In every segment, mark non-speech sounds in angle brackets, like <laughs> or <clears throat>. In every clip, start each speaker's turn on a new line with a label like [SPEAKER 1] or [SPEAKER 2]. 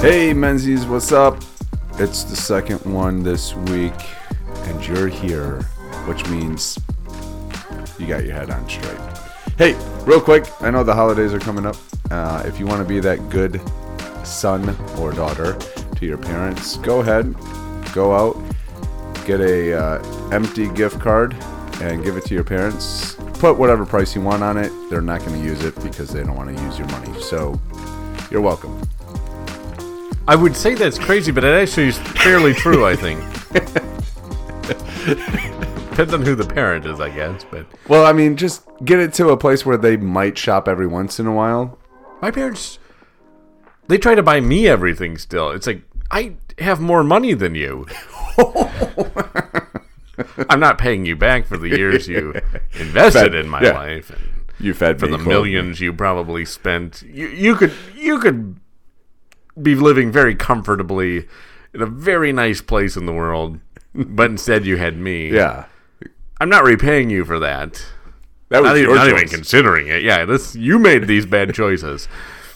[SPEAKER 1] Hey Menzies, what's up? It's the second one this week, and you're here, which means you got your head on straight. Hey, real quick, I know the holidays are coming up. Uh, if you want to be that good son or daughter to your parents, go ahead, go out, get a uh, empty gift card and give it to your parents. Put whatever price you want on it. They're not going to use it because they don't want to use your money. So you're welcome.
[SPEAKER 2] I would say that's crazy, but it actually is fairly true, I think. Depends on who the parent is, I guess, but
[SPEAKER 1] Well, I mean, just get it to a place where they might shop every once in a while.
[SPEAKER 2] my parents they try to buy me everything still. It's like I have more money than you. I'm not paying you back for the years you invested in my
[SPEAKER 1] Yeah.
[SPEAKER 2] life and
[SPEAKER 1] You fed
[SPEAKER 2] for the millions you probably spent. You, you could you could be living very comfortably in a very nice place in the <laughs> world, but instead you had me.
[SPEAKER 1] Yeah,
[SPEAKER 2] I'm not repaying you for that.
[SPEAKER 1] that was
[SPEAKER 2] Not, even,
[SPEAKER 1] your
[SPEAKER 2] not even
[SPEAKER 1] choice.
[SPEAKER 2] considering it. Yeah, this you made these <laughs> bad choices.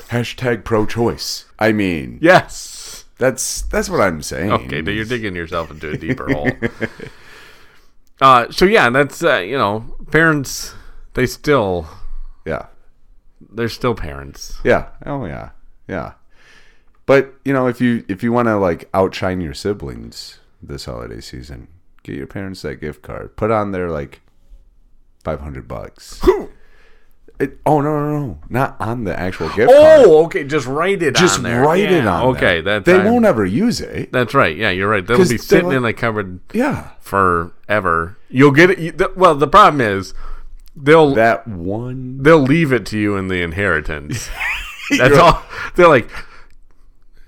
[SPEAKER 1] Hashtag pro-choice. I mean,
[SPEAKER 2] Yes.
[SPEAKER 1] that's that's what I'm saying.
[SPEAKER 2] Okay, but you're digging yourself into a <laughs> deeper hole. Uh, so yeah, that's uh, you know, parents. They still,
[SPEAKER 1] yeah,
[SPEAKER 2] they're still parents.
[SPEAKER 1] yeah. Oh yeah, yeah. But you know, if you if you want to like outshine your siblings this holiday season, get your parents that gift card. Put on their like five hundred bucks. It, oh no no no! Not on the actual gift card.
[SPEAKER 2] Oh, okay. Just write it.
[SPEAKER 1] Just
[SPEAKER 2] on there.
[SPEAKER 1] write it
[SPEAKER 2] Yeah,
[SPEAKER 1] on.
[SPEAKER 2] Okay,
[SPEAKER 1] there.
[SPEAKER 2] that
[SPEAKER 1] they
[SPEAKER 2] I'm-
[SPEAKER 1] won't ever use it.
[SPEAKER 2] That's right. Yeah, you're right. That'll
[SPEAKER 1] 'Cause
[SPEAKER 2] be
[SPEAKER 1] they're
[SPEAKER 2] sitting
[SPEAKER 1] like-
[SPEAKER 2] in the cupboard
[SPEAKER 1] Yeah,
[SPEAKER 2] forever. You'll get it. You, th- well, the problem is they'll
[SPEAKER 1] that one.
[SPEAKER 2] they'll leave it to you in the
[SPEAKER 1] <laughs>
[SPEAKER 2] inheritance. That's all. They're like,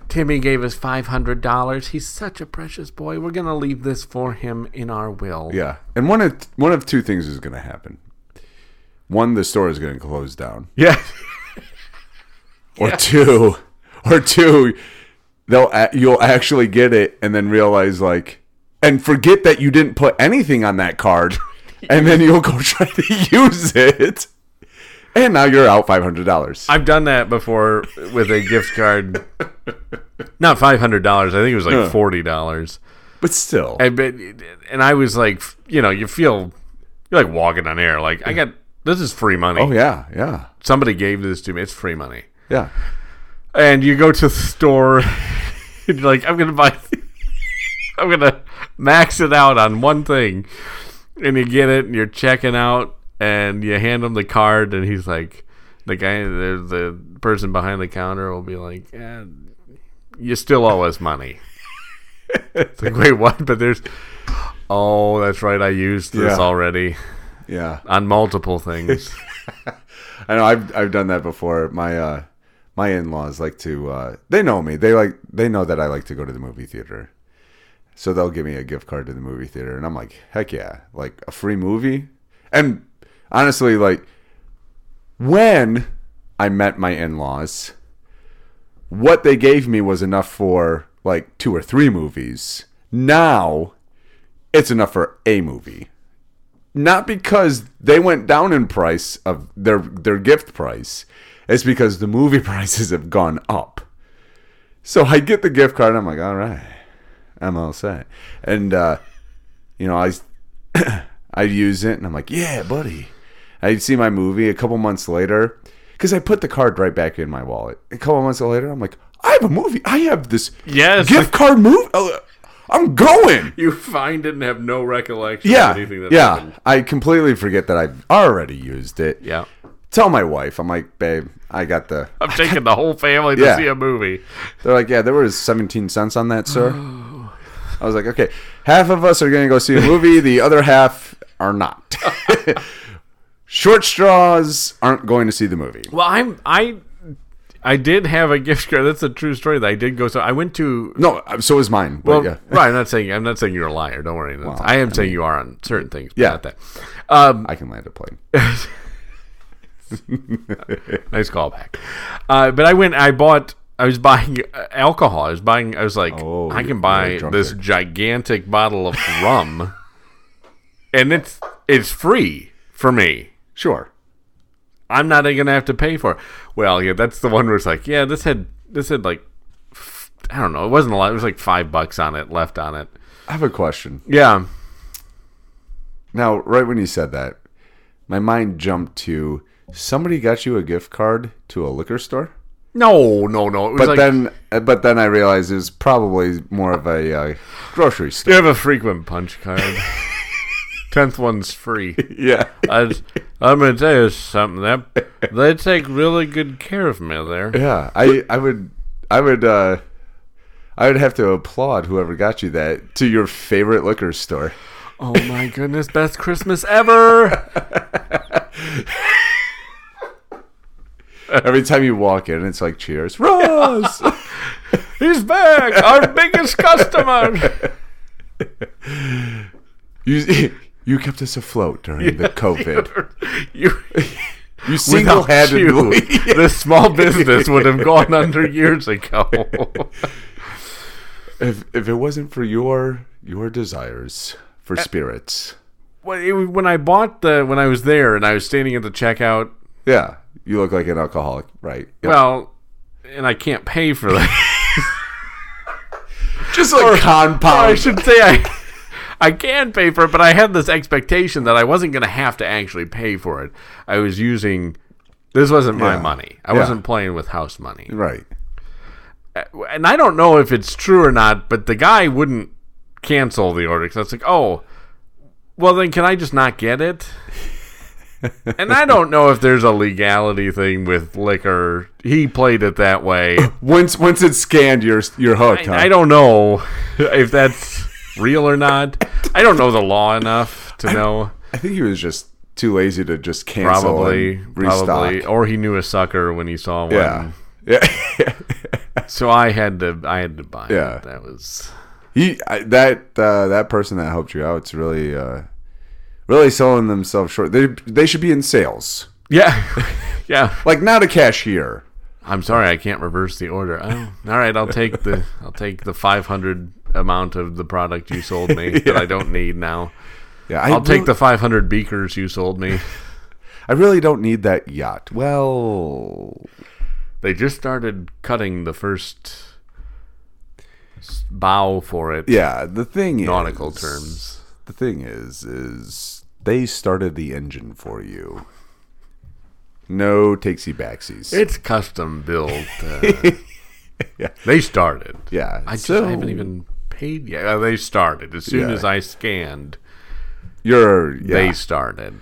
[SPEAKER 2] Timmy gave us five hundred dollars. He's such a precious boy. We're gonna leave this for him in our will.
[SPEAKER 1] Yeah, and one of one of two things is going to happen. One, the store is going to close down,
[SPEAKER 2] Yeah.
[SPEAKER 1] or two, or two, they'll a- you'll actually get it and then realize like, and forget that you didn't put anything on that
[SPEAKER 2] <laughs>
[SPEAKER 1] card, and then you'll go try to use it, and now you're out five hundred dollars.
[SPEAKER 2] I've done that before with a
[SPEAKER 1] <laughs>
[SPEAKER 2] gift card. Not five hundred dollars. I think it was like forty dollars.
[SPEAKER 1] But still,
[SPEAKER 2] I bet, and I was like, you know, you feel you're like walking on air. Like I got this is free money.
[SPEAKER 1] oh yeah, yeah,
[SPEAKER 2] Somebody gave this to me. It's free money.
[SPEAKER 1] yeah.
[SPEAKER 2] And you go to the store, <laughs> and you're like, I'm gonna buy, <laughs> I'm gonna max it out on one thing, and you get it, and you're checking out, and you hand him the card, and he's like, the guy, the, the person behind the counter will be like, eh, you still owe us money. it's like, wait, what? But there's, oh, that's right, I used this
[SPEAKER 1] Yeah.
[SPEAKER 2] already
[SPEAKER 1] Yeah,
[SPEAKER 2] on multiple things.
[SPEAKER 1] I know I've I've done that before. My uh my in-laws like to uh they know me. They like they know that I like to go to the movie theater. So they'll give me a gift card to the movie theater and I'm like, "Heck yeah, like a free movie." And honestly like when I met my in-laws, what they gave me was enough for like two or three movies. Now it's enough for a movie not because they went down in price of their their gift price. It's because the movie <laughs> prices have gone up. So I get the gift card. And I'm like, all right, I'm all set. And uh, you know, I s- <coughs> I use it, and I'm like, yeah, buddy. I see my movie a couple months later because I put the card right back in my wallet. A couple months later, I'm like, I have a movie. I have this
[SPEAKER 2] Yes.
[SPEAKER 1] gift card movie. I'm going.
[SPEAKER 2] <laughs> you find it and have no recollection
[SPEAKER 1] Yeah,
[SPEAKER 2] of anything that
[SPEAKER 1] yeah.
[SPEAKER 2] happened.
[SPEAKER 1] I completely forget that I've already used it.
[SPEAKER 2] Yeah.
[SPEAKER 1] Tell my wife, I'm like, babe, I got the.
[SPEAKER 2] I'm taking the whole family to
[SPEAKER 1] Yeah.
[SPEAKER 2] see a movie.
[SPEAKER 1] They're like, yeah, there was 17 cents on that,
[SPEAKER 2] <gasps>
[SPEAKER 1] sir. I was like, okay, half of us are going to go see a movie, the other half are not. <laughs> Short straws aren't going to see the movie.
[SPEAKER 2] Well, I'm I I did have a gift card. That's a true story. That I did go. So I went to.
[SPEAKER 1] No, uh, so is mine. But
[SPEAKER 2] Well,
[SPEAKER 1] yeah.
[SPEAKER 2] right. I'm not saying I'm not saying you're a liar. Don't worry. That's- I am saying you are on certain things. But
[SPEAKER 1] Yeah.
[SPEAKER 2] Not that. Um,
[SPEAKER 1] I can land a plane. <laughs>
[SPEAKER 2] nice callback. Uh, but I went. I bought. I was buying uh, alcohol. I was buying. I was like,
[SPEAKER 1] Oh,
[SPEAKER 2] I
[SPEAKER 1] you're
[SPEAKER 2] can buy
[SPEAKER 1] a drunkard.
[SPEAKER 2] this gigantic bottle of <laughs> rum, and it's it's free for me.
[SPEAKER 1] Sure.
[SPEAKER 2] I'm not even gonna have to pay for it. Well, yeah, that's the one where it's like, yeah, this had this had like f- I don't know. It wasn't a lot. It was like five bucks on it left on it.
[SPEAKER 1] I have a question.
[SPEAKER 2] Yeah.
[SPEAKER 1] Now, right when you said that, my mind jumped to somebody got you a gift card to a liquor store.
[SPEAKER 2] No, no, no. It was
[SPEAKER 1] But
[SPEAKER 2] like,
[SPEAKER 1] then, uh, but then I realized it was probably more of a uh, grocery store.
[SPEAKER 2] <laughs> you have a frequent punch <laughs> card. Tenth one's free.
[SPEAKER 1] Yeah,
[SPEAKER 2] I, I'm gonna tell you something. That they take really good care of me there.
[SPEAKER 1] yeah. I, I would, I would, uh, I would have to applaud whoever got you that to your favorite liquor
[SPEAKER 2] <laughs>
[SPEAKER 1] store.
[SPEAKER 2] Oh my goodness, best Christmas ever!
[SPEAKER 1] Every time you walk in, it's like cheers, Ross.
[SPEAKER 2] <laughs> He's back, our biggest <laughs> customer.
[SPEAKER 1] <laughs> you, <laughs> you kept us afloat during
[SPEAKER 2] <laughs>
[SPEAKER 1] the COVID.
[SPEAKER 2] You,
[SPEAKER 1] You
[SPEAKER 2] without you,
[SPEAKER 1] single-handedly.
[SPEAKER 2] <laughs> this small business would have <laughs> gone under years ago.
[SPEAKER 1] <laughs>
[SPEAKER 2] <laughs>
[SPEAKER 1] if if it wasn't for your your desires for spirits,
[SPEAKER 2] when it- when I bought the, when I was there and I was standing at the checkout,
[SPEAKER 1] yeah, you look like an alcoholic, right? Yeah.
[SPEAKER 2] well, and I can't pay <laughs> for that.
[SPEAKER 1] just like
[SPEAKER 2] I
[SPEAKER 1] compound.
[SPEAKER 2] should say I. <laughs> I can pay for it, but I had this expectation that I wasn't going to have to actually pay for it. I was using this wasn't my
[SPEAKER 1] Yeah.
[SPEAKER 2] money. I
[SPEAKER 1] Yeah.
[SPEAKER 2] wasn't playing with house money.
[SPEAKER 1] right.
[SPEAKER 2] and I don't know if it's true or not, but the guy wouldn't cancel the order because I was like, oh, well then can I just not get it?
[SPEAKER 1] <laughs>
[SPEAKER 2] and I don't know if there's a legality thing with liquor. He played it that way.
[SPEAKER 1] Once once it's scanned, you're you're hooked. huh?
[SPEAKER 2] I don't know if that's real or not. I don't know the law enough to know.
[SPEAKER 1] I think he was just too lazy to just cancel
[SPEAKER 2] Probably,
[SPEAKER 1] and restock.
[SPEAKER 2] probably, Oh, or he knew a sucker when he saw one.
[SPEAKER 1] Yeah, yeah, <laughs>
[SPEAKER 2] So I had to, I had to buy.
[SPEAKER 1] Yeah.
[SPEAKER 2] it. that was.
[SPEAKER 1] he I, that uh, that person that helped you out's really uh, really selling themselves short. They they should be in sales,
[SPEAKER 2] Yeah, <laughs> yeah.
[SPEAKER 1] like not a cashier.
[SPEAKER 2] I'm sorry, I can't reverse the order. Oh, all right, I'll take the I'll take the 500 amount of the product you sold
[SPEAKER 1] <laughs>
[SPEAKER 2] me that I don't need now.
[SPEAKER 1] Yeah, I
[SPEAKER 2] I'll take
[SPEAKER 1] really-
[SPEAKER 2] the 500 beakers you sold me.
[SPEAKER 1] I really don't need that yacht. Well,
[SPEAKER 2] They just started cutting the first s- bow for it.
[SPEAKER 1] yeah. The thing
[SPEAKER 2] Nautical
[SPEAKER 1] is,
[SPEAKER 2] terms.
[SPEAKER 1] The thing is, is they started the engine for you. No takesy backsies.
[SPEAKER 2] It's custom built.
[SPEAKER 1] <laughs>
[SPEAKER 2] Uh, They started.
[SPEAKER 1] yeah.
[SPEAKER 2] I just
[SPEAKER 1] so
[SPEAKER 2] I haven't even paid yet. Uh, they started as soon
[SPEAKER 1] Yeah.
[SPEAKER 2] as I scanned.
[SPEAKER 1] You're yeah.
[SPEAKER 2] They started.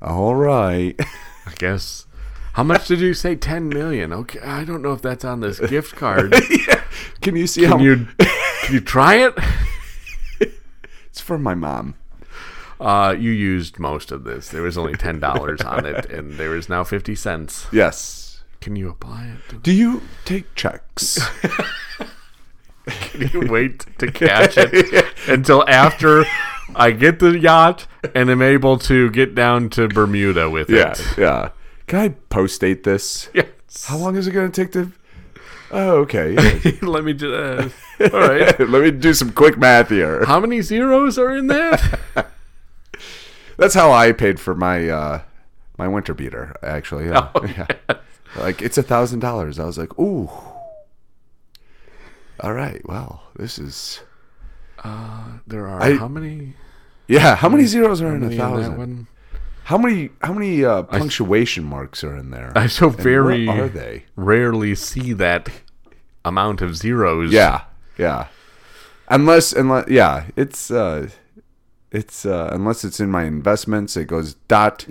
[SPEAKER 1] All right. <laughs>
[SPEAKER 2] I guess. How much did you say? Ten million. Okay, I don't know if that's on this
[SPEAKER 1] <laughs>
[SPEAKER 2] gift card.
[SPEAKER 1] Can you see how
[SPEAKER 2] Can you can you try it?
[SPEAKER 1] it's for my mom?
[SPEAKER 2] Uh, you used most of this. There was only ten dollars on it, and there is now fifty cents.
[SPEAKER 1] Yes.
[SPEAKER 2] Can you apply it?
[SPEAKER 1] Do you take
[SPEAKER 2] <laughs>
[SPEAKER 1] checks?
[SPEAKER 2] Can
[SPEAKER 1] <laughs>
[SPEAKER 2] you wait to catch it until after I get the yacht and am able to get down to Bermuda with
[SPEAKER 1] yeah.
[SPEAKER 2] it?
[SPEAKER 1] Yeah. Can I post date this?
[SPEAKER 2] Yes.
[SPEAKER 1] How long is it going to take to? Oh, okay. yeah.
[SPEAKER 2] <laughs> Let me do. Uh, <laughs> all
[SPEAKER 1] <laughs>
[SPEAKER 2] right.
[SPEAKER 1] Let me do some quick math here.
[SPEAKER 2] How many zeros are in that?
[SPEAKER 1] That's how I paid for my uh, my winter beater. Actually, yeah. <laughs>
[SPEAKER 2] Oh,
[SPEAKER 1] Yeah. like it's a thousand dollars. I was like, ooh. All right. Well, this is
[SPEAKER 2] There are
[SPEAKER 1] I-
[SPEAKER 2] how many?
[SPEAKER 1] yeah. How many zeros are in a
[SPEAKER 2] in that
[SPEAKER 1] thousand?
[SPEAKER 2] one?
[SPEAKER 1] How many how many uh, punctuation marks are in there?
[SPEAKER 2] <laughs> I so
[SPEAKER 1] Where
[SPEAKER 2] very
[SPEAKER 1] are they?
[SPEAKER 2] rarely see that amount of zeros.
[SPEAKER 1] Yeah. Yeah. Unless unless yeah, it's uh, it's uh, unless it's in my investments, it goes
[SPEAKER 2] <laughs>
[SPEAKER 1] dot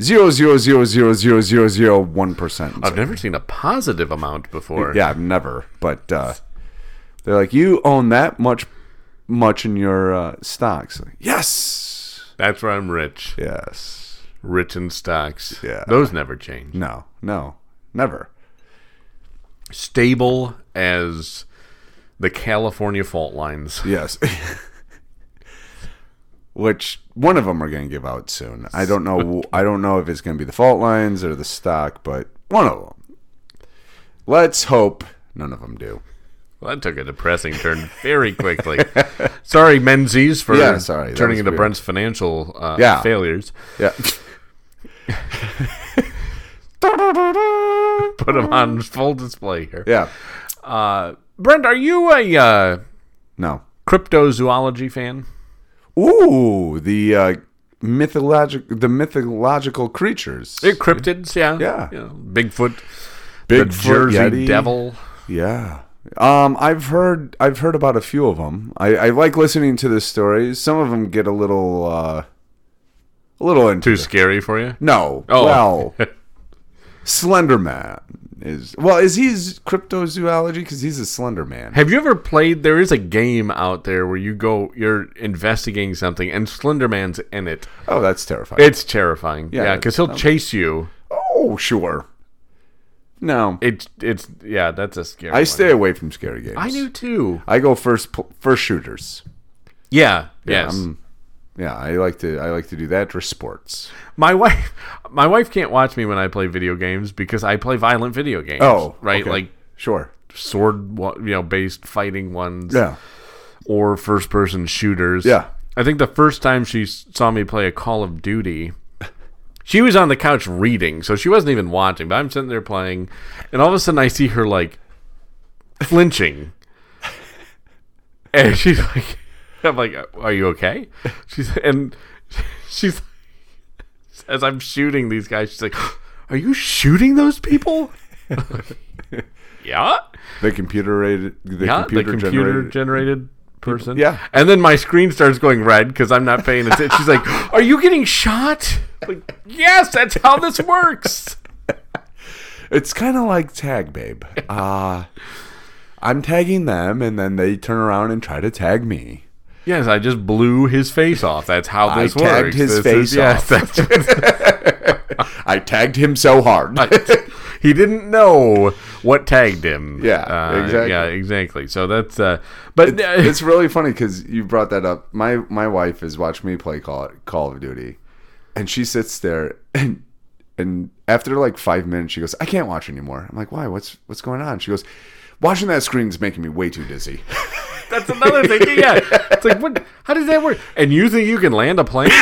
[SPEAKER 1] zero zero zero zero zero zero zero one percent.
[SPEAKER 2] I've never seen a positive amount before.
[SPEAKER 1] Yeah, I've never. But uh, they're like, you own that much, much in your uh, stocks. Like, yes,
[SPEAKER 2] That's where I'm rich.
[SPEAKER 1] yes.
[SPEAKER 2] Rich in stocks.
[SPEAKER 1] Yeah.
[SPEAKER 2] Those never change.
[SPEAKER 1] No, no, never.
[SPEAKER 2] Stable as the California fault lines. <laughs>
[SPEAKER 1] Yes. Which one of them are going to give out soon? I don't know. I don't know if it's going to be the fault lines or the stock, but one of them. Let's hope none of them do.
[SPEAKER 2] Well, that took a depressing turn
[SPEAKER 1] <laughs>
[SPEAKER 2] very quickly. sorry, Menzies, for
[SPEAKER 1] Yeah, sorry, that
[SPEAKER 2] turning
[SPEAKER 1] was
[SPEAKER 2] into
[SPEAKER 1] weird.
[SPEAKER 2] Brent's financial uh,
[SPEAKER 1] Yeah.
[SPEAKER 2] failures.
[SPEAKER 1] Yeah.
[SPEAKER 2] Put them on full display here.
[SPEAKER 1] Mm. Yeah.
[SPEAKER 2] Uh, Brent, are you a uh,
[SPEAKER 1] No.
[SPEAKER 2] cryptozoology fan?
[SPEAKER 1] Ooh, the uh, mythological the mythological creatures.
[SPEAKER 2] Eh, Cryptids, yeah,
[SPEAKER 1] Yeah.
[SPEAKER 2] You know, Bigfoot, the
[SPEAKER 1] Big
[SPEAKER 2] Jersey Devil.
[SPEAKER 1] Yeah. Um, I've heard I've heard about a few of them. I, I like listening to the stories. Some of them get a little uh, a little into
[SPEAKER 2] Too scary for you?
[SPEAKER 1] no.
[SPEAKER 2] Oh.
[SPEAKER 1] Well, Slender Man is well. Is he z- cryptozoology? Because he's a Slender Man.
[SPEAKER 2] <laughs> Have you ever played? There is a game out there where you go, you're investigating something, and Slenderman's in it.
[SPEAKER 1] Oh, that's terrifying.
[SPEAKER 2] It's terrifying. Yeah,
[SPEAKER 1] that's-
[SPEAKER 2] because he'll chase you.
[SPEAKER 1] oh, sure. No,
[SPEAKER 2] It's it's yeah, that's a scary.
[SPEAKER 1] I
[SPEAKER 2] one.
[SPEAKER 1] stay away from scary games.
[SPEAKER 2] I do too.
[SPEAKER 1] I go first pl- first shooters.
[SPEAKER 2] Yeah. yes.
[SPEAKER 1] I'm- yeah, I like to I like to do that for sports.
[SPEAKER 2] my wife, <laughs> my wife can't watch me when I play video games because I play violent video games.
[SPEAKER 1] Oh,
[SPEAKER 2] right,
[SPEAKER 1] okay.
[SPEAKER 2] like
[SPEAKER 1] sure.
[SPEAKER 2] sword, wa- you know, based fighting ones.
[SPEAKER 1] Yeah.
[SPEAKER 2] or first person shooters.
[SPEAKER 1] Yeah.
[SPEAKER 2] I think the first time she s- saw me play a Call of Duty, <laughs> she was on the couch reading, so she wasn't even watching, but I'm sitting there playing, and all of a sudden I see her like flinching. And she's like, <laughs> I'm like, "Uh, are you okay? She's, and <laughs> she's, as I'm shooting these guys, she's like, are you shooting those people? <laughs> yeah
[SPEAKER 1] The computer rated the
[SPEAKER 2] yeah,
[SPEAKER 1] computer,
[SPEAKER 2] the computer generated,
[SPEAKER 1] generated.
[SPEAKER 2] person.
[SPEAKER 1] yeah.
[SPEAKER 2] And then my screen starts going red because I'm not paying attention. She's like, "Are you getting shot?" Like, yes, that's how this works.
[SPEAKER 1] It's kind of like tag,
[SPEAKER 2] <laughs>
[SPEAKER 1] babe. Uh I'm tagging them, and then they turn around and try to tag me.
[SPEAKER 2] yes, I just blew his face off. That's how
[SPEAKER 1] I
[SPEAKER 2] this works.
[SPEAKER 1] tagged his
[SPEAKER 2] This
[SPEAKER 1] face
[SPEAKER 2] yes, <laughs> that's-
[SPEAKER 1] I tagged him so hard.
[SPEAKER 2] he didn't know what tagged him.
[SPEAKER 1] Yeah,
[SPEAKER 2] Uh,
[SPEAKER 1] exactly.
[SPEAKER 2] Yeah, exactly. So that's. Uh, but <laughs> uh,
[SPEAKER 1] <laughs> it's really funny because you brought that up. My my wife has watched me play Call Call of Duty, and she sits there and and after like five minutes, she goes, "I can't watch anymore." I'm like, "Why? What's what's going on?" She goes, "Watching that screen's making me way too dizzy." <laughs>
[SPEAKER 2] that's another thing. Yeah, it's like, what? How does that work? And you think you can land a plane?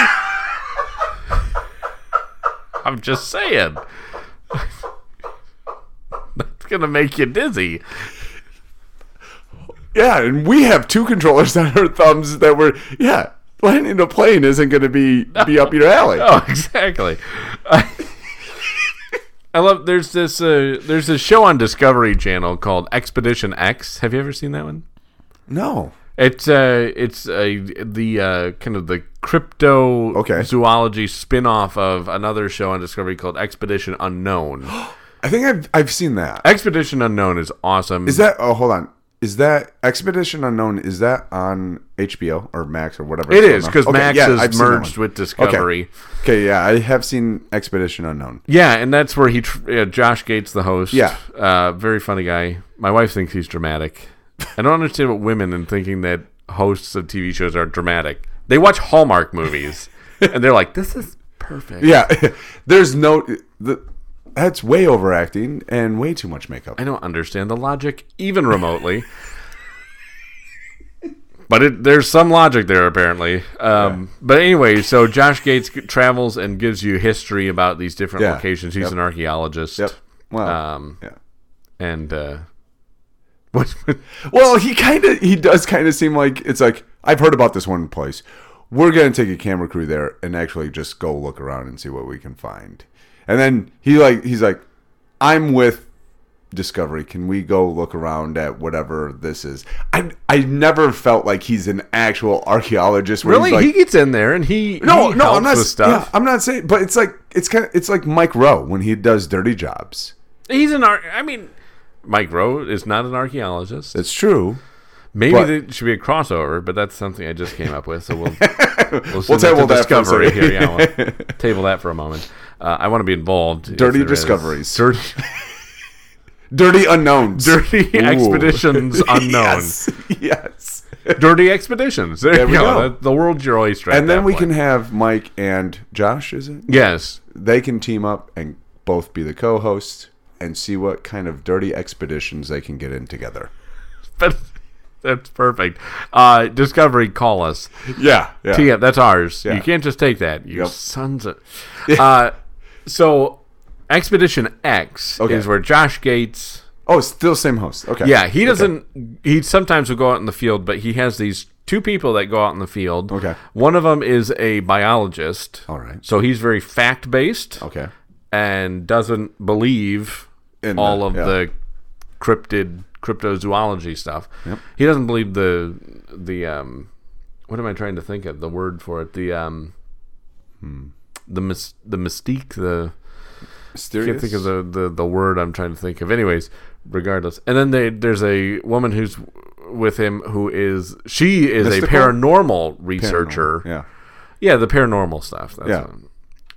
[SPEAKER 2] I'm just saying. That's gonna make you dizzy.
[SPEAKER 1] Yeah, and we have two controllers on our thumbs that were yeah. Landing a plane isn't going to be be up your <laughs> alley.
[SPEAKER 2] Oh, exactly. I, I love. There's this. Uh, there's this show on Discovery Channel called Expedition X. Have you ever seen that one?
[SPEAKER 1] No,
[SPEAKER 2] It's uh, it's uh, the uh, kind of the crypto
[SPEAKER 1] Okay.
[SPEAKER 2] zoology spin-off of another show on Discovery called Expedition Unknown.
[SPEAKER 1] I think I've I've seen that.
[SPEAKER 2] Expedition Unknown is awesome.
[SPEAKER 1] Is that? Oh, hold on. Is that Expedition Unknown? Is that on HBO or Max or whatever?
[SPEAKER 2] it
[SPEAKER 1] it's
[SPEAKER 2] is
[SPEAKER 1] on?
[SPEAKER 2] because
[SPEAKER 1] Okay,
[SPEAKER 2] Max
[SPEAKER 1] yeah,
[SPEAKER 2] is
[SPEAKER 1] I've seen that
[SPEAKER 2] merged
[SPEAKER 1] one.
[SPEAKER 2] with Discovery.
[SPEAKER 1] Okay, yeah, I have seen Expedition Unknown.
[SPEAKER 2] Yeah, and that's where he, tr- uh, Josh Gates, the host.
[SPEAKER 1] Yeah.
[SPEAKER 2] uh, very funny guy. My wife thinks he's dramatic. I don't understand what women in thinking that hosts of TV shows are dramatic. They watch Hallmark movies and they're like, "This is perfect."
[SPEAKER 1] Yeah, <laughs> there's no. The, that's way overacting and way too much makeup.
[SPEAKER 2] I don't understand the logic even remotely. but it, there's some logic there apparently. Um, But anyway, so Josh Gates g- travels and gives you history about these different
[SPEAKER 1] Yeah.
[SPEAKER 2] locations. He's an archaeologist.
[SPEAKER 1] Yep. Well,
[SPEAKER 2] Um,
[SPEAKER 1] yeah.
[SPEAKER 2] and uh, what? what-
[SPEAKER 1] <laughs> Well, he kind of he does kind of seem like it's like I've heard about this one place. We're gonna take a camera crew there and actually just go look around and see what we can find. And then he like he's like, I'm with Discovery. Can we go look around at whatever this is? I I never felt like he's an actual archaeologist. Where
[SPEAKER 2] really?
[SPEAKER 1] He's like,
[SPEAKER 2] he gets in there and he
[SPEAKER 1] no,
[SPEAKER 2] he
[SPEAKER 1] no,
[SPEAKER 2] helps
[SPEAKER 1] I'm not.
[SPEAKER 2] with stuff.
[SPEAKER 1] Yeah, I'm not saying, but it's like it's kind of it's like Mike Rowe when he does dirty jobs.
[SPEAKER 2] He's an ar- I mean, Mike Rowe is not an archaeologist.
[SPEAKER 1] That's true.
[SPEAKER 2] Maybe
[SPEAKER 1] But-
[SPEAKER 2] there should be a crossover, but that's something I just came up with. So we'll
[SPEAKER 1] <laughs>
[SPEAKER 2] we'll, send
[SPEAKER 1] table
[SPEAKER 2] to
[SPEAKER 1] that for a
[SPEAKER 2] discovery
[SPEAKER 1] second.
[SPEAKER 2] here. Yeah,
[SPEAKER 1] <laughs>
[SPEAKER 2] we'll table that for a moment. Uh, I want to be involved. if
[SPEAKER 1] Dirty
[SPEAKER 2] there is.
[SPEAKER 1] discoveries.
[SPEAKER 2] dirty,
[SPEAKER 1] <laughs> Dirty unknowns.
[SPEAKER 2] <laughs> dirty
[SPEAKER 1] Ooh.
[SPEAKER 2] expeditions
[SPEAKER 1] <laughs>
[SPEAKER 2] unknown,
[SPEAKER 1] Yes. Yes.
[SPEAKER 2] <laughs> dirty expeditions. There,
[SPEAKER 1] There
[SPEAKER 2] you
[SPEAKER 1] we
[SPEAKER 2] go.
[SPEAKER 1] go.
[SPEAKER 2] That- the world's your oyster. at
[SPEAKER 1] and then
[SPEAKER 2] that
[SPEAKER 1] we
[SPEAKER 2] point.
[SPEAKER 1] can have Mike and Josh, is it?
[SPEAKER 2] yes, <laughs>
[SPEAKER 1] They can team up and both be the co-hosts and see what kind of dirty expeditions they can get in together.
[SPEAKER 2] but that's perfect. Uh, discovery, call us.
[SPEAKER 1] Yeah, yeah.
[SPEAKER 2] Yeah, that's ours.
[SPEAKER 1] Yeah.
[SPEAKER 2] You can't just take that. You
[SPEAKER 1] Yep. <laughs>
[SPEAKER 2] sons of. Uh, so, Expedition X
[SPEAKER 1] Okay.
[SPEAKER 2] is where Josh Gates
[SPEAKER 1] Oh, still same host. Okay.
[SPEAKER 2] Yeah, he doesn't. He sometimes will go out in the field, but he has these two people that go out in the field.
[SPEAKER 1] Okay.
[SPEAKER 2] One of them is a biologist.
[SPEAKER 1] All right.
[SPEAKER 2] So he's very fact based
[SPEAKER 1] Okay.
[SPEAKER 2] and doesn't believe
[SPEAKER 1] In
[SPEAKER 2] all
[SPEAKER 1] the-
[SPEAKER 2] of
[SPEAKER 1] yeah.
[SPEAKER 2] the cryptid cryptozoology stuff. He doesn't believe the the um what am I trying to think of the word for it the um
[SPEAKER 1] Hmm.
[SPEAKER 2] the mys- the mystique the
[SPEAKER 1] Mysterious.
[SPEAKER 2] can't think of the, the, the word I'm trying to think of. Anyways, regardless. And then they, there's a woman who's with him who is she is a
[SPEAKER 1] Mystical?
[SPEAKER 2] paranormal researcher.
[SPEAKER 1] Yeah.
[SPEAKER 2] yeah. the paranormal stuff. That's
[SPEAKER 1] Yeah.
[SPEAKER 2] what-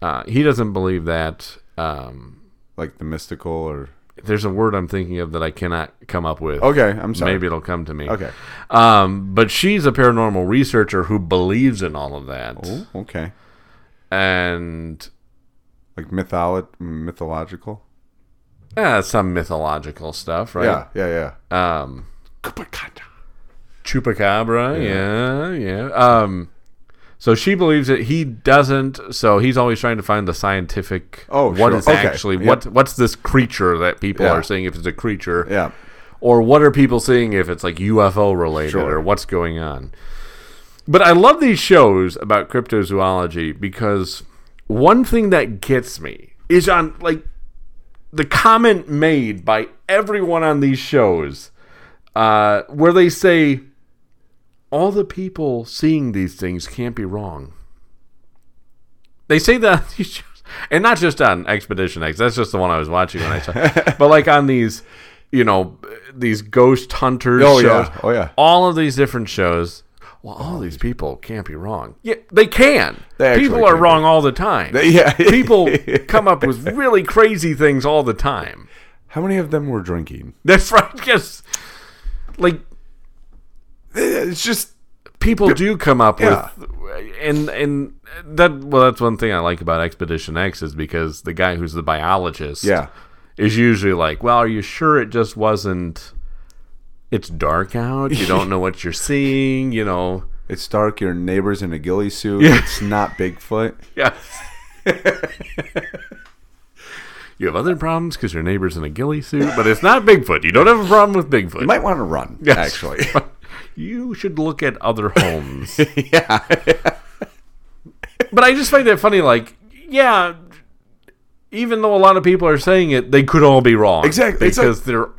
[SPEAKER 2] uh, he doesn't believe that. Um,
[SPEAKER 1] Like the mystical or.
[SPEAKER 2] there's a word I'm thinking of that I cannot come up with.
[SPEAKER 1] Okay, I'm Oh, sorry.
[SPEAKER 2] Maybe it'll come to me.
[SPEAKER 1] Okay.
[SPEAKER 2] Um, but she's a paranormal researcher who believes in all of that.
[SPEAKER 1] Ooh, okay.
[SPEAKER 2] And
[SPEAKER 1] Like mytholo- mythological.
[SPEAKER 2] uh, some mythological stuff, right?
[SPEAKER 1] Yeah. Yeah. Yeah.
[SPEAKER 2] Um,
[SPEAKER 1] Kupakata.
[SPEAKER 2] Chupacabra, yeah. yeah, Um, so she believes that he doesn't. So he's always trying to find the scientific.
[SPEAKER 1] Oh,
[SPEAKER 2] what
[SPEAKER 1] sure.
[SPEAKER 2] is
[SPEAKER 1] Okay.
[SPEAKER 2] actually
[SPEAKER 1] Yep.
[SPEAKER 2] what? What's this creature that people
[SPEAKER 1] Yeah.
[SPEAKER 2] are seeing? If it's a creature,
[SPEAKER 1] Yeah.
[SPEAKER 2] or what are people seeing if it's like UFO related
[SPEAKER 1] Sure.
[SPEAKER 2] or what's going on? But I love these shows about cryptozoology because one thing that gets me is on like the comment made by everyone on these shows uh, where they say all the people seeing these things can't be wrong. They say that on <laughs> these shows, and not just on Expedition X. That's just the one I was watching when
[SPEAKER 1] <laughs>
[SPEAKER 2] I saw, but like on these, you know, these ghost hunters.
[SPEAKER 1] Oh,
[SPEAKER 2] shows,
[SPEAKER 1] yeah. Oh, yeah.
[SPEAKER 2] All of these different shows. Well, all these people can't be wrong. Yeah, they can.
[SPEAKER 1] Oh, They actually
[SPEAKER 2] people are
[SPEAKER 1] can be.
[SPEAKER 2] wrong all the
[SPEAKER 1] <laughs>
[SPEAKER 2] time.
[SPEAKER 1] yeah.
[SPEAKER 2] people come up with really crazy things all
[SPEAKER 1] <laughs>
[SPEAKER 2] the time.
[SPEAKER 1] How many of them were drinking?
[SPEAKER 2] That's <laughs> right. Yes. Like
[SPEAKER 1] Eh, It's just.
[SPEAKER 2] people do come up
[SPEAKER 1] Yeah.
[SPEAKER 2] with and and that well that's one thing I like about Expedition X is because the guy who's the biologist
[SPEAKER 1] Yeah.
[SPEAKER 2] is usually like, Well, are you sure it just wasn't it's dark out, you don't know what you're seeing, you know.
[SPEAKER 1] It's dark. Your neighbor's in a ghillie suit. It's not Bigfoot.
[SPEAKER 2] Yeah. <laughs> you have other problems because your neighbor's in a ghillie suit, but it's not Bigfoot. You don't have a problem with Bigfoot.
[SPEAKER 1] You
[SPEAKER 2] <laughs>
[SPEAKER 1] might want to run. Actually. <laughs>
[SPEAKER 2] you should look at other homes.
[SPEAKER 1] yeah.
[SPEAKER 2] but I just find that funny. Like, yeah, even though a lot of people are saying it, they could all be wrong.
[SPEAKER 1] Exactly. It's like-
[SPEAKER 2] because they're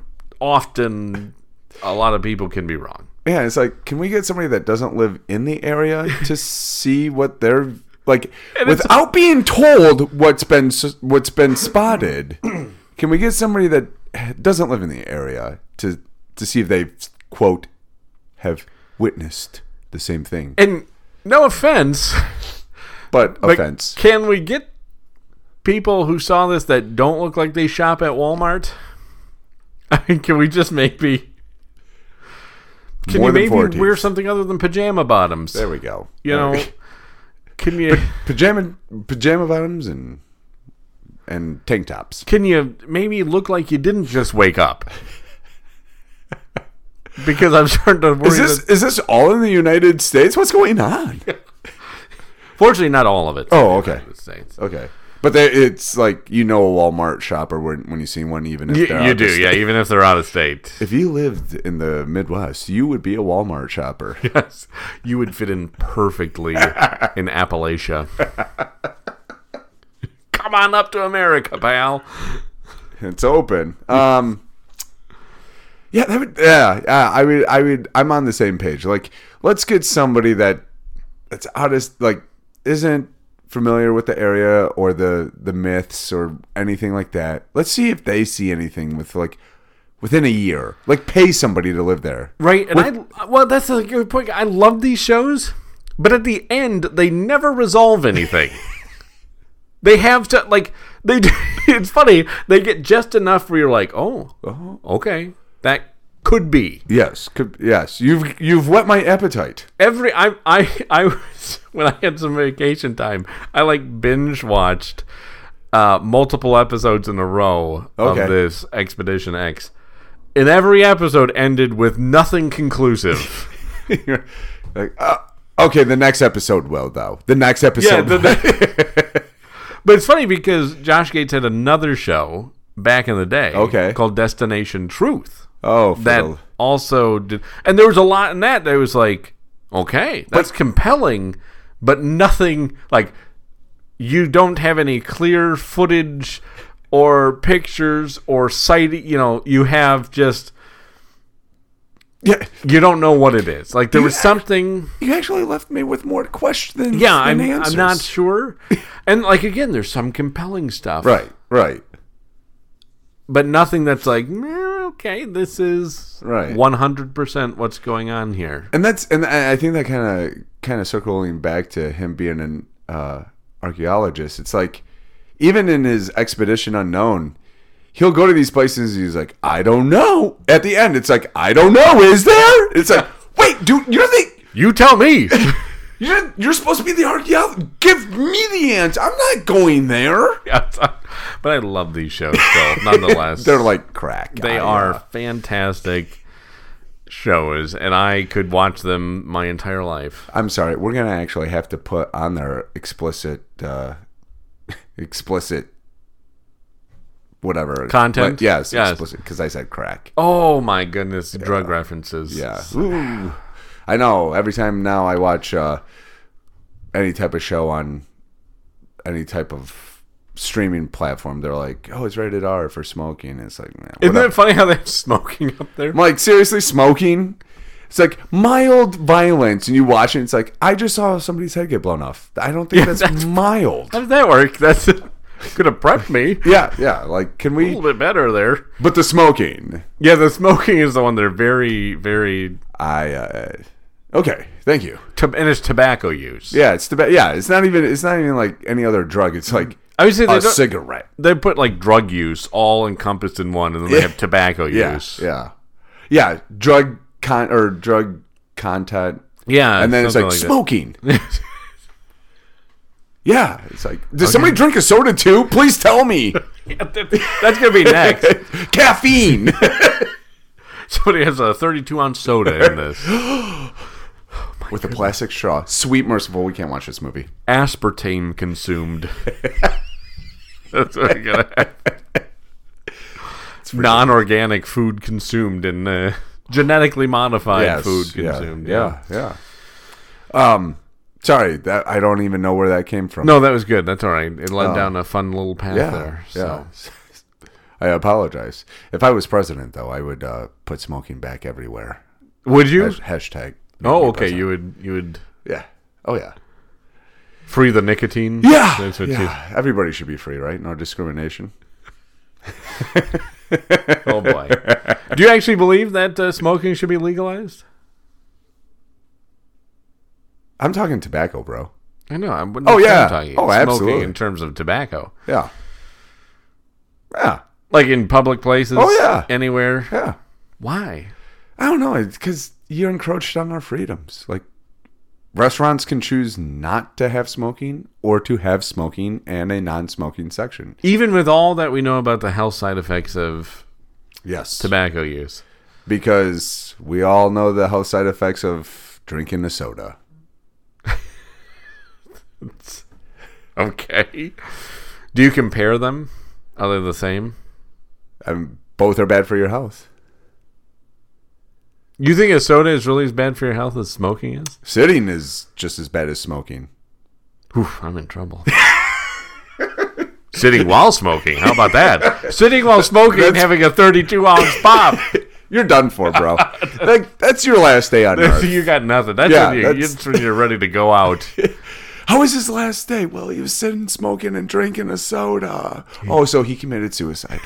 [SPEAKER 2] often a lot of people can be wrong.
[SPEAKER 1] Yeah, it's like, can we get somebody that doesn't live in the area to see what they're like without being told what's been s- what's been spotted? <clears throat> Can we get somebody that doesn't live in the area to to see if they quote have witnessed the same thing?
[SPEAKER 2] And no offense,
[SPEAKER 1] But
[SPEAKER 2] but
[SPEAKER 1] offense.
[SPEAKER 2] can we get people who saw this that don't look like they shop at Walmart? <laughs> I mean, can we just maybe? Can
[SPEAKER 1] More
[SPEAKER 2] you
[SPEAKER 1] than
[SPEAKER 2] maybe
[SPEAKER 1] four
[SPEAKER 2] wear
[SPEAKER 1] teeth.
[SPEAKER 2] something other than pajama bottoms?
[SPEAKER 1] There we go.
[SPEAKER 2] you know, can you?
[SPEAKER 1] <laughs> pajama pajama bottoms and and tank tops.
[SPEAKER 2] can you maybe look like you didn't just wake up? Because I'm starting to worry.
[SPEAKER 1] Is this
[SPEAKER 2] that-
[SPEAKER 1] is this all in the United States? What's going on?
[SPEAKER 2] fortunately, not all of it.
[SPEAKER 1] <laughs> Oh, okay.
[SPEAKER 2] United States.
[SPEAKER 1] Okay. But there, it's like you know a Walmart shopper when, when you see one, even if
[SPEAKER 2] You,
[SPEAKER 1] they're
[SPEAKER 2] you
[SPEAKER 1] out of
[SPEAKER 2] do,
[SPEAKER 1] state.
[SPEAKER 2] yeah. Even if they're out of state,
[SPEAKER 1] If you lived in the Midwest, you would be a Walmart shopper.
[SPEAKER 2] yes, you would fit in perfectly in Appalachia. Come on up to America, pal.
[SPEAKER 1] it's open. Um, yeah, that would. Yeah, yeah, I would. I would. I'm on the same page. Like, let's get somebody that that's out of like isn't familiar with the area or the the myths or anything like that. Let's see if they see anything with like within a year. Like, pay somebody to live there.
[SPEAKER 2] Right, and I well, that's a good point. I love these shows, but at the end, they never resolve <laughs> anything. they have to like they. do- <laughs> It's funny they get just enough where you're like, oh, okay, that could be
[SPEAKER 1] Yes, could, yes. You've you've whet my appetite. <laughs>
[SPEAKER 2] every. I I I was <laughs> when I had some vacation time, I like binge watched uh, multiple episodes in a row
[SPEAKER 1] Okay.
[SPEAKER 2] of this Expedition X, and every episode ended with nothing conclusive.
[SPEAKER 1] You're like, uh, okay, the next episode will though. The next episode.
[SPEAKER 2] the-
[SPEAKER 1] will.
[SPEAKER 2] <laughs> But it's funny because Josh Gates had another show back in the day.
[SPEAKER 1] Okay.
[SPEAKER 2] Called Destination Truth.
[SPEAKER 1] Oh, for
[SPEAKER 2] That
[SPEAKER 1] the-
[SPEAKER 2] also did, and there was a lot in that that was like, okay, that's compelling, but nothing like you don't have any clear footage or pictures or sight. You know, you have just
[SPEAKER 1] yeah.
[SPEAKER 2] you don't know what it is. Like there was something.
[SPEAKER 1] You actually left me with more questions.
[SPEAKER 2] Yeah, I'm,
[SPEAKER 1] than
[SPEAKER 2] I'm
[SPEAKER 1] answers. <laughs>
[SPEAKER 2] not sure. And like again, there's some compelling stuff,
[SPEAKER 1] Right, right,
[SPEAKER 2] But nothing that's like, "Meh, okay, this is
[SPEAKER 1] Right.
[SPEAKER 2] 100 percent what's going on here.
[SPEAKER 1] and that's and I I think that kind of kind of circling back to him being an uh, archaeologist. It's like even in his expedition unknown, he'll go to these places. he's like, I don't know. At the end, it's like, I don't know. Is there? It's like, wait, dude, you're the
[SPEAKER 2] You tell me. <laughs>
[SPEAKER 1] you're, you're supposed to be the archaeologist. Give me the answer. I'm not going there.
[SPEAKER 2] <laughs> but I love these shows still, <laughs> nonetheless.
[SPEAKER 1] They're like crack.
[SPEAKER 2] they
[SPEAKER 1] I,
[SPEAKER 2] are
[SPEAKER 1] uh,
[SPEAKER 2] fantastic shows, and I could watch them my entire life.
[SPEAKER 1] I'm sorry. We're gonna actually have to put on their explicit, uh, <laughs> explicit, whatever
[SPEAKER 2] Content?
[SPEAKER 1] But yes,
[SPEAKER 2] Yes.
[SPEAKER 1] explicit. Because I said crack.
[SPEAKER 2] Oh my goodness, drug references.
[SPEAKER 1] Yeah. Ooh. I know. Every time now I watch uh, any type of show on any type of streaming platform, they're like, "Oh, it's rated R for smoking." It's like, man,
[SPEAKER 2] Isn't it funny how they're <laughs> smoking up there?
[SPEAKER 1] I'm like, seriously, smoking? It's like mild violence, and you watch it. It's like I just saw somebody's head get blown off. I don't think that's, mild.
[SPEAKER 2] How does that work? That's <laughs> could have prepped me. <laughs>
[SPEAKER 1] Yeah, yeah. Like, can
[SPEAKER 2] A
[SPEAKER 1] we?
[SPEAKER 2] little bit better there.
[SPEAKER 1] But the smoking,
[SPEAKER 2] Yeah, the smoking is the one they're very, very,
[SPEAKER 1] I. Uh, okay, thank you.
[SPEAKER 2] to- and it's tobacco use.
[SPEAKER 1] Yeah, it's the ba- yeah. It's not even. It's not even like any other drug. It's like
[SPEAKER 2] I would say they,
[SPEAKER 1] a
[SPEAKER 2] don't,
[SPEAKER 1] cigarette.
[SPEAKER 2] they put like drug use all encompassed in one, and then they have tobacco
[SPEAKER 1] Yeah,
[SPEAKER 2] use.
[SPEAKER 1] yeah, yeah. Drug con or drug content,
[SPEAKER 2] Yeah,
[SPEAKER 1] and then it's like,
[SPEAKER 2] something <laughs>
[SPEAKER 1] smoking.
[SPEAKER 2] that.
[SPEAKER 1] Yeah, it's like, does somebody drink a soda too? Please tell
[SPEAKER 2] <laughs>
[SPEAKER 1] me. <laughs>
[SPEAKER 2] Yeah, that- That's gonna be next.
[SPEAKER 1] Caffeine.
[SPEAKER 2] <laughs>
[SPEAKER 1] <laughs>
[SPEAKER 2] Somebody has a 32 ounce soda in this
[SPEAKER 1] with a plastic straw. Sweet merciful, we can't watch this movie.
[SPEAKER 2] aspartame consumed. <laughs> That's what I'm gonna have. Non organic food consumed and uh, genetically modified food
[SPEAKER 1] yeah,
[SPEAKER 2] consumed.
[SPEAKER 1] Yeah, yeah. Um, sorry that I don't even know where that came from.
[SPEAKER 2] No, that was good. That's all right. It led down a fun little path
[SPEAKER 1] Oh. yeah,
[SPEAKER 2] there.
[SPEAKER 1] yeah.
[SPEAKER 2] So.
[SPEAKER 1] <laughs> I apologize. If I was president, though, I would uh, put smoking back everywhere.
[SPEAKER 2] Would you?
[SPEAKER 1] Hash- Hashtag.
[SPEAKER 2] oh, okay. You would you would
[SPEAKER 1] Yeah. Oh, yeah.
[SPEAKER 2] free the nicotine? That's what
[SPEAKER 1] yeah. Everybody should be free, right? No discrimination.
[SPEAKER 2] you. <laughs> Oh boy. Do you actually believe that uh, smoking should be legalized?
[SPEAKER 1] I'm talking tobacco, bro.
[SPEAKER 2] I know. I wouldn't
[SPEAKER 1] Oh, yeah.
[SPEAKER 2] talking
[SPEAKER 1] Oh,
[SPEAKER 2] smoking
[SPEAKER 1] absolutely.
[SPEAKER 2] in terms of tobacco.
[SPEAKER 1] Yeah. Yeah.
[SPEAKER 2] Like in public places.
[SPEAKER 1] Oh, yeah.
[SPEAKER 2] Anywhere.
[SPEAKER 1] Yeah.
[SPEAKER 2] Why?
[SPEAKER 1] I don't know. It's because you encroached on our freedoms. Like restaurants can choose not to have smoking or to have smoking and a non-smoking section.
[SPEAKER 2] Even with all that we know about the health side effects of
[SPEAKER 1] Yes,
[SPEAKER 2] tobacco use.
[SPEAKER 1] because we all know the health side effects of drinking a soda.
[SPEAKER 2] Okay. Do you compare them? Are they the same?
[SPEAKER 1] And both are bad for your health.
[SPEAKER 2] You think a soda is really as bad for your health as smoking is?
[SPEAKER 1] Sitting is just as bad as smoking.
[SPEAKER 2] Oof, I'm
[SPEAKER 1] <laughs>
[SPEAKER 2] in trouble. Sitting while smoking. How about that? Sitting while smoking and having a 32 ounce pop.
[SPEAKER 1] You're done for, <laughs> bro. like <laughs> that's your last day on earth.
[SPEAKER 2] <laughs> you got nothing. That's,
[SPEAKER 1] Yeah,
[SPEAKER 2] when you,
[SPEAKER 1] that's-
[SPEAKER 2] that's when you're ready to go out.
[SPEAKER 1] <laughs> How was his last day? Well, he was sitting, smoking, and drinking a soda. Oh, so he committed suicide.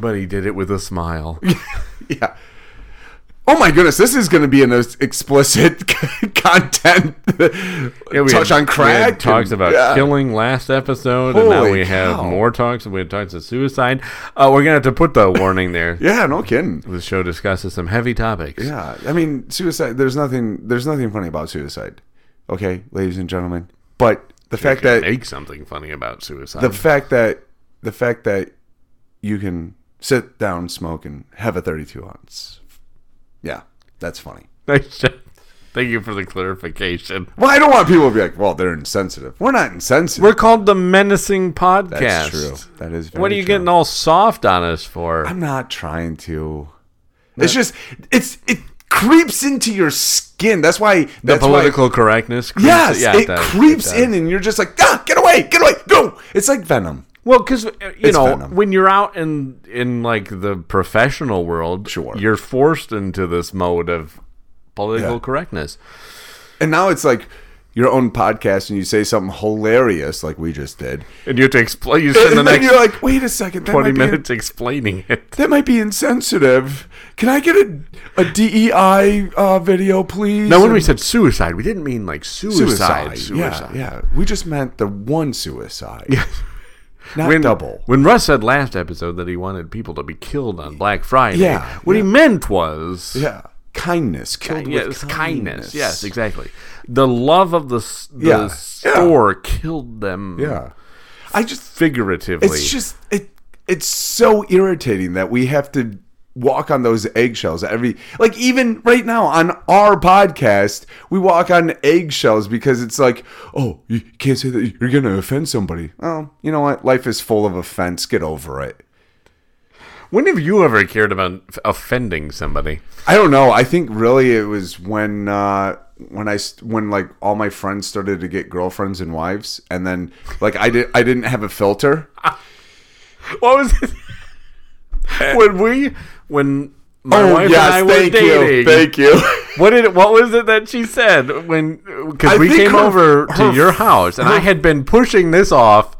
[SPEAKER 2] But he did it with a smile.
[SPEAKER 1] <laughs> Yeah. Oh my goodness, this is going to be an explicit <laughs> content.
[SPEAKER 2] Yeah, we
[SPEAKER 1] Touch
[SPEAKER 2] had-
[SPEAKER 1] on
[SPEAKER 2] We
[SPEAKER 1] crack.
[SPEAKER 2] had talks
[SPEAKER 1] and-
[SPEAKER 2] about
[SPEAKER 1] yeah.
[SPEAKER 2] killing last episode, and now
[SPEAKER 1] Holy
[SPEAKER 2] we have
[SPEAKER 1] cow.
[SPEAKER 2] more talks. We had talks of suicide. Uh, we're gonna have to put the warning there.
[SPEAKER 1] <laughs> Yeah, no kidding.
[SPEAKER 2] The show discusses some heavy topics.
[SPEAKER 1] Yeah, I mean, suicide. There's nothing. There's nothing funny about suicide. Okay, ladies and gentlemen. But the fact that
[SPEAKER 2] Make something funny about suicide.
[SPEAKER 1] the fact that the fact that you can sit down, smoke, and have a 32 ounce. Yeah, that's funny.
[SPEAKER 2] <laughs> Nice job. Thank you for the clarification.
[SPEAKER 1] Well, I don't want people to be like, well, they're insensitive. We're not insensitive.
[SPEAKER 2] We're called the Menacing Podcast.
[SPEAKER 1] That's true. That is. Very
[SPEAKER 2] What are you
[SPEAKER 1] true.
[SPEAKER 2] getting all soft on us for?
[SPEAKER 1] I'm not trying to. It's just it's it creeps into your skin. That's why
[SPEAKER 2] the
[SPEAKER 1] that's why-
[SPEAKER 2] political correctness. creeps-
[SPEAKER 1] Yes,
[SPEAKER 2] yeah,
[SPEAKER 1] it,
[SPEAKER 2] does.
[SPEAKER 1] creeps
[SPEAKER 2] does.
[SPEAKER 1] in, and you're just like, ah, get away, get away, go. It's like venom.
[SPEAKER 2] Well, because you
[SPEAKER 1] It's
[SPEAKER 2] know,
[SPEAKER 1] venom.
[SPEAKER 2] when you're out in in like the professional world,
[SPEAKER 1] Sure.
[SPEAKER 2] you're forced into this mode of political
[SPEAKER 1] Yeah.
[SPEAKER 2] correctness.
[SPEAKER 1] And now it's like your own podcast, and you say something hilarious, like we just did.
[SPEAKER 2] And you have to
[SPEAKER 1] <laughs>
[SPEAKER 2] explain. You spend
[SPEAKER 1] and
[SPEAKER 2] the
[SPEAKER 1] then
[SPEAKER 2] next
[SPEAKER 1] you're like, "Oh wait a second, that
[SPEAKER 2] twenty
[SPEAKER 1] might be in-
[SPEAKER 2] minutes explaining
[SPEAKER 1] <laughs>
[SPEAKER 2] it.
[SPEAKER 1] that might be insensitive. Can I get a a DEI uh, video, please?
[SPEAKER 2] Now, when
[SPEAKER 1] And-
[SPEAKER 2] we said suicide, we didn't mean like suicide. Suicide.
[SPEAKER 1] Yeah, yeah. We just meant the one suicide. Not
[SPEAKER 2] When,
[SPEAKER 1] double.
[SPEAKER 2] When Russ said last episode that he wanted people to be killed on Black Friday,
[SPEAKER 1] Yeah,
[SPEAKER 2] what he meant was
[SPEAKER 1] Yeah. Kindness. Killed
[SPEAKER 2] Yeah,
[SPEAKER 1] with
[SPEAKER 2] it's
[SPEAKER 1] kindness.
[SPEAKER 2] kindness. Yes, exactly. The love of the, s- the
[SPEAKER 1] Yeah, yeah.
[SPEAKER 2] store killed them
[SPEAKER 1] Yeah. I just
[SPEAKER 2] figuratively.
[SPEAKER 1] it's just it it's so irritating that we have to walk on those eggshells every like even right now on our podcast we walk on eggshells because it's like oh you can't say that you're gonna offend somebody oh you know what life is full of offense get over it
[SPEAKER 2] when have you ever cared about f- offending somebody?
[SPEAKER 1] I don't know. I think really it was when uh, when I st- when like all my friends started to get girlfriends and wives, and then like I did I didn't have a filter.
[SPEAKER 2] What was
[SPEAKER 1] <laughs>
[SPEAKER 2] it? when we when my wife and I were
[SPEAKER 1] Oh, thank
[SPEAKER 2] dating?
[SPEAKER 1] you, thank you. <laughs>
[SPEAKER 2] What did what was it that she said when because
[SPEAKER 1] I
[SPEAKER 2] we
[SPEAKER 1] think
[SPEAKER 2] came
[SPEAKER 1] her-
[SPEAKER 2] over
[SPEAKER 1] her-
[SPEAKER 2] to your house and I had been pushing this off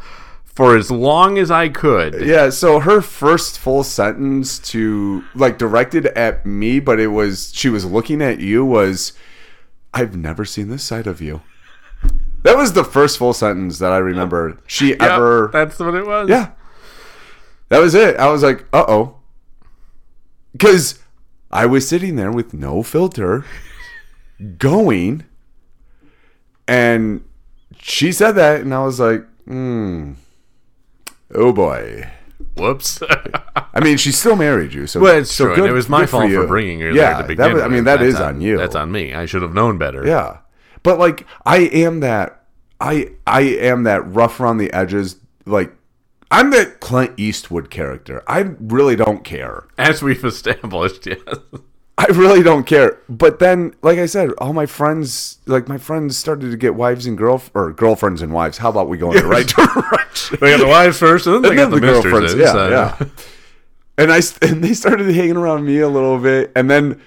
[SPEAKER 2] for as long as I could.
[SPEAKER 1] yeah. So her first full sentence to like directed at me, but it was she was looking at you was, I've never seen this side of you. That was the first full sentence that I remember she
[SPEAKER 2] Yep,
[SPEAKER 1] ever
[SPEAKER 2] that's what it was.
[SPEAKER 1] Yeah. That was it. I was like, uh oh. Because I was sitting there with no filter going, and she said that, and I was like, hmm. Oh boy.
[SPEAKER 2] Whoops. <laughs>
[SPEAKER 1] I mean, she still married you, so
[SPEAKER 2] But it's
[SPEAKER 1] so
[SPEAKER 2] true.
[SPEAKER 1] Good,
[SPEAKER 2] and it was my
[SPEAKER 1] good
[SPEAKER 2] fault for,
[SPEAKER 1] you.
[SPEAKER 2] bringing her
[SPEAKER 1] yeah,
[SPEAKER 2] there to begin
[SPEAKER 1] that was- I
[SPEAKER 2] with.
[SPEAKER 1] mean, that
[SPEAKER 2] That's
[SPEAKER 1] is on you.
[SPEAKER 2] That's on me. I should have known better.
[SPEAKER 1] Yeah. But like I am that I I am that rough around the edges like I'm that Clint Eastwood character. I really don't care.
[SPEAKER 2] As we've established, <laughs> yes.
[SPEAKER 1] I really don't care. But then like I said, all my friends like my friends started to get wives and girl or girlfriends and wives. How about we go in the right <laughs> direction?
[SPEAKER 2] They got the <laughs> wives first, and then they
[SPEAKER 1] And
[SPEAKER 2] got the, uh,
[SPEAKER 1] then
[SPEAKER 2] mistresses.
[SPEAKER 1] Yeah,
[SPEAKER 2] so-
[SPEAKER 1] yeah. <laughs> And I st- and they started hanging around me a little bit, and then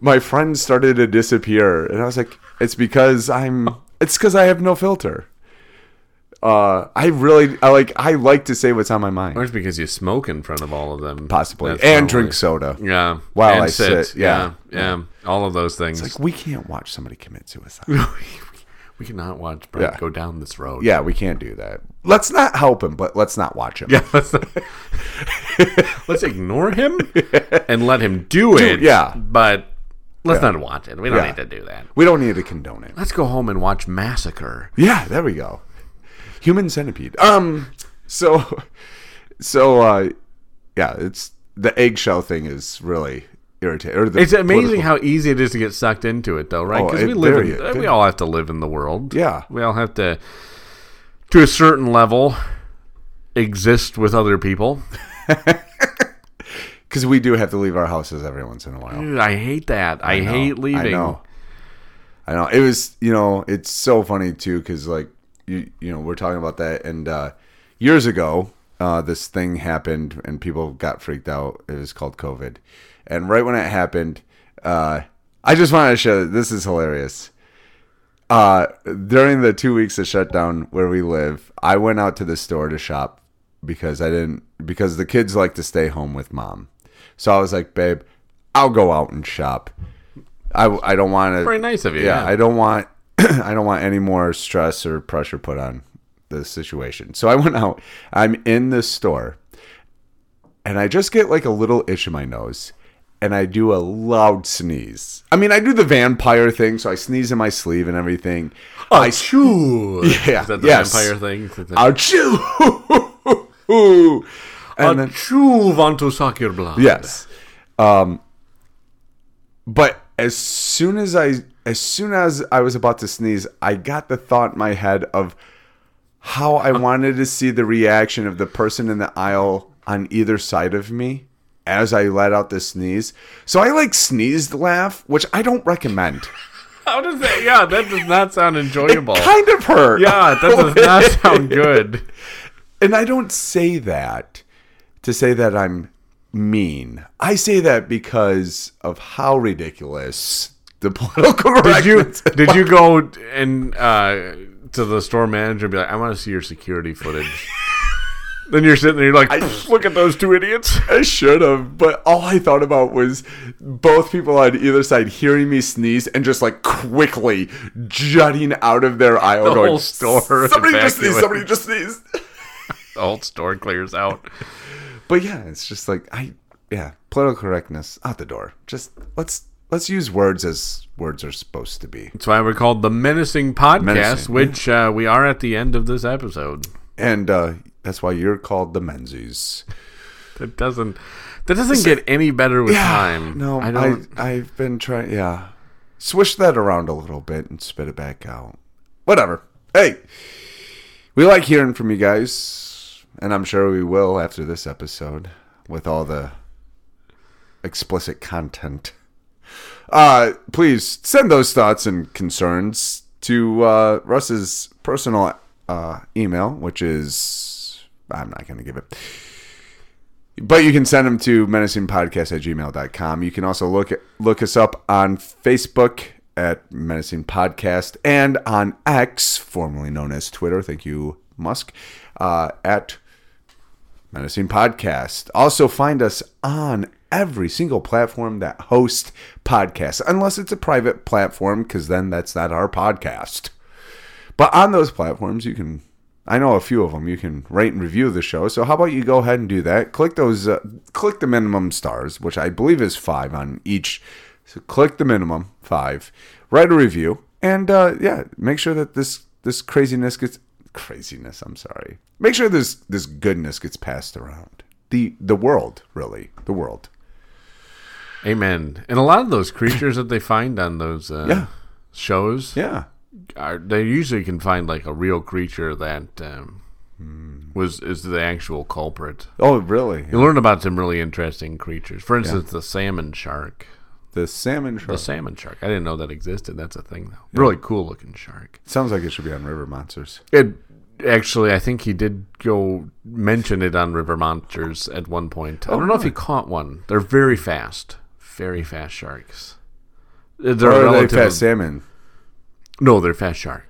[SPEAKER 1] my friends started to disappear, and I was like, "It's because I'm. It's because I have no filter. Uh, I really, I like, I like to say what's on my mind,
[SPEAKER 2] Or it's because you smoke in front of all of them.
[SPEAKER 1] possibly,
[SPEAKER 2] That's
[SPEAKER 1] and
[SPEAKER 2] probably-
[SPEAKER 1] drink soda.
[SPEAKER 2] Yeah.
[SPEAKER 1] while
[SPEAKER 2] and
[SPEAKER 1] I sit, yeah.
[SPEAKER 2] yeah. yeah. All of those things.
[SPEAKER 1] Like we can't watch somebody commit suicide.
[SPEAKER 2] <laughs>
[SPEAKER 1] <laughs>
[SPEAKER 2] we cannot watch Brett
[SPEAKER 1] Yeah.
[SPEAKER 2] go down this road.
[SPEAKER 1] yeah, we can't do that. Let's not help him, but let's not watch him.
[SPEAKER 2] Yeah, let's, not- <laughs> let's ignore him and let him do it.
[SPEAKER 1] yeah.
[SPEAKER 2] But let's not watch it. We don't
[SPEAKER 1] Yeah.
[SPEAKER 2] need to do that.
[SPEAKER 1] We don't need to condone it.
[SPEAKER 2] Let's go home and watch Massacre.
[SPEAKER 1] Yeah, there we go. Human centipede. Um so <laughs> so uh yeah, it's the eggshell thing is really irritating. Or the
[SPEAKER 2] It's amazing
[SPEAKER 1] political-
[SPEAKER 2] how easy it is to get sucked into it, though, right?
[SPEAKER 1] Oh,
[SPEAKER 2] Because
[SPEAKER 1] it
[SPEAKER 2] we live,
[SPEAKER 1] very-
[SPEAKER 2] in,
[SPEAKER 1] it-
[SPEAKER 2] we all have to live in the world.
[SPEAKER 1] Yeah.
[SPEAKER 2] we all have to, to a certain level, exist with other people.
[SPEAKER 1] cuz we do have to leave our houses every once in a while.
[SPEAKER 2] Dude, I hate that. I,
[SPEAKER 1] know,
[SPEAKER 2] hate leaving.
[SPEAKER 1] I know. I know. It was, you know, it's so funny too cuz like you you know, we're talking about that and uh years ago uh, this thing happened and people got freaked out. It was called COVID. And right when it happened, uh, I just wanted to share this is hilarious. uh, during the two weeks of shutdown where we live, I went out to the store to shop because I didn't because the kids like to stay home with mom. So I was like, babe, I'll go out and shop. I, I don't want to.
[SPEAKER 2] Very nice of you.
[SPEAKER 1] Yeah,
[SPEAKER 2] Yeah,
[SPEAKER 1] I don't want <clears throat> I don't want any more stress or pressure put on the situation. So I went out. I'm in the store, and I just get like a little itch in my nose, and I do a loud sneeze. I mean, I do the vampire thing, so I sneeze in my sleeve and everything. I
[SPEAKER 2] Achoo.
[SPEAKER 1] Yeah,
[SPEAKER 2] Is that the
[SPEAKER 1] yes.
[SPEAKER 2] vampire thing? Is that
[SPEAKER 1] <laughs>
[SPEAKER 2] the-
[SPEAKER 1] achoo, <laughs> and then
[SPEAKER 2] Achoo, want to suck your blood.
[SPEAKER 1] yes, um, but as soon as I as soon as I was about to sneeze, I got the thought in my head of how I wanted to see the reaction of the person in the aisle on either side of me as I let out the sneeze. So I like sneezed laugh, which I don't recommend.
[SPEAKER 2] <laughs> How does that? Yeah, that does not sound enjoyable.
[SPEAKER 1] kind of hurt.
[SPEAKER 2] Yeah, that does
[SPEAKER 1] <laughs>
[SPEAKER 2] not sound good.
[SPEAKER 1] And I don't say that to say that I'm mean. I say that because of how ridiculous the <laughs> political
[SPEAKER 2] Did you
[SPEAKER 1] correctness.
[SPEAKER 2] did you go and uh, to the store manager and be like, I want to see your security
[SPEAKER 1] <laughs>
[SPEAKER 2] footage? then you're sitting there, you're like, "Pfft, look at those two idiots.
[SPEAKER 1] I should have, but all I thought about was both people on either side hearing me sneeze and just like quickly jutting out of their aisle,
[SPEAKER 2] The
[SPEAKER 1] going,
[SPEAKER 2] whole store
[SPEAKER 1] Somebody just sneezed!
[SPEAKER 2] evacuated."
[SPEAKER 1] Somebody just sneezed!
[SPEAKER 2] The whole store clears out.
[SPEAKER 1] But yeah, it's just like I, yeah, political correctness out the door. Just let's let's use words as words are supposed to be.
[SPEAKER 2] <laughs> That's why we're called the Menacing Podcast,
[SPEAKER 1] Menacing,
[SPEAKER 2] which uh, we are at the end of this episode.
[SPEAKER 1] And uh, that's why you're called the Menzies.
[SPEAKER 2] That doesn't that doesn't get any better with time.
[SPEAKER 1] No,
[SPEAKER 2] I
[SPEAKER 1] I,
[SPEAKER 2] don't.
[SPEAKER 1] I have been trying. Yeah, swish that around a little bit and spit it back out. Whatever. Hey, we like hearing from you guys, and I'm sure we will after this episode with all the explicit content. Uh, please send those thoughts and concerns to uh, Russ's personal uh, email, which is I'm not going to give it. But you can send them to menacingpodcast at gmail.com. You can also look at, look us up on Facebook at Menacing Podcast and on X, formerly known as Twitter. Thank you, Musk, uh, at Menacing Podcast. Also, find us on every single platform that hosts podcasts, unless it's a private platform, because then that's not our podcast. But on those platforms, you can, I know a few of them, you can rate and review the show. So how about you go ahead and do that? Click those, uh, click the minimum stars, which I believe is five on each. So click the minimum five, write a review, and uh, yeah, make sure that this this craziness gets craziness. I'm sorry. Make sure this this goodness gets passed around the the world, really, the world.
[SPEAKER 2] Amen. And a lot of those creatures that they find on those uh,
[SPEAKER 1] Yeah.
[SPEAKER 2] shows,
[SPEAKER 1] Yeah,
[SPEAKER 2] are, they usually can find like a real creature that um, was is the actual culprit.
[SPEAKER 1] Oh, really?
[SPEAKER 2] You learn about some really interesting creatures. For instance, the salmon shark.
[SPEAKER 1] The salmon
[SPEAKER 2] The
[SPEAKER 1] shark
[SPEAKER 2] salmon shark. I didn't know that existed. That's a thing, though. Really cool looking shark.
[SPEAKER 1] sounds like it should be on River Monsters.
[SPEAKER 2] It actually, I think he did go mention it on River Monsters at one point. I don't know if
[SPEAKER 1] Oh,
[SPEAKER 2] he caught one. They're very fast, very fast sharks. They're
[SPEAKER 1] Or Oh, are they
[SPEAKER 2] relative-
[SPEAKER 1] fat salmon?
[SPEAKER 2] No, they're fast shark.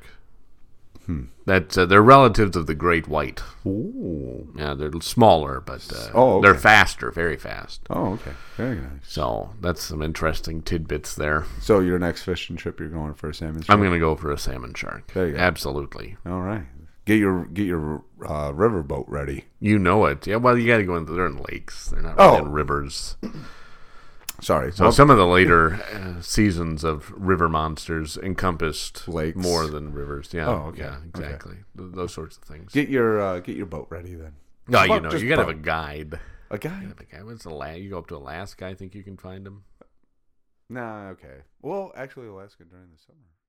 [SPEAKER 1] Hmm.
[SPEAKER 2] That's uh, they're relatives of the great white. Ooh. Yeah, they're smaller, but uh,
[SPEAKER 1] Oh, okay.
[SPEAKER 2] they're faster, very fast.
[SPEAKER 1] Oh, okay. Very nice.
[SPEAKER 2] So that's some interesting tidbits there.
[SPEAKER 1] So your next fishing trip, you're going for a salmon.
[SPEAKER 2] I'm
[SPEAKER 1] Shark.
[SPEAKER 2] gonna go for a salmon shark.
[SPEAKER 1] There you go.
[SPEAKER 2] Absolutely,
[SPEAKER 1] All right, get your get your uh, riverboat ready.
[SPEAKER 2] you know it. Yeah, well, you got to go in. They're in lakes. They're not
[SPEAKER 1] Oh.
[SPEAKER 2] really in rivers.
[SPEAKER 1] Sorry,
[SPEAKER 2] So some of the later uh, seasons of river monsters encompassed
[SPEAKER 1] Lakes.
[SPEAKER 2] more than rivers. Yeah.
[SPEAKER 1] Oh, okay.
[SPEAKER 2] Yeah, exactly. Th- Those sorts of things.
[SPEAKER 1] get your uh, get your boat ready then.
[SPEAKER 2] No, you
[SPEAKER 1] Boat,
[SPEAKER 2] know,
[SPEAKER 1] just
[SPEAKER 2] you gotta have
[SPEAKER 1] boat.
[SPEAKER 2] a guide.
[SPEAKER 1] a guy.
[SPEAKER 2] The guy was Ala- You go up to Alaska. I think you can find him.
[SPEAKER 1] Nah, okay. Well, actually, Alaska during the summer.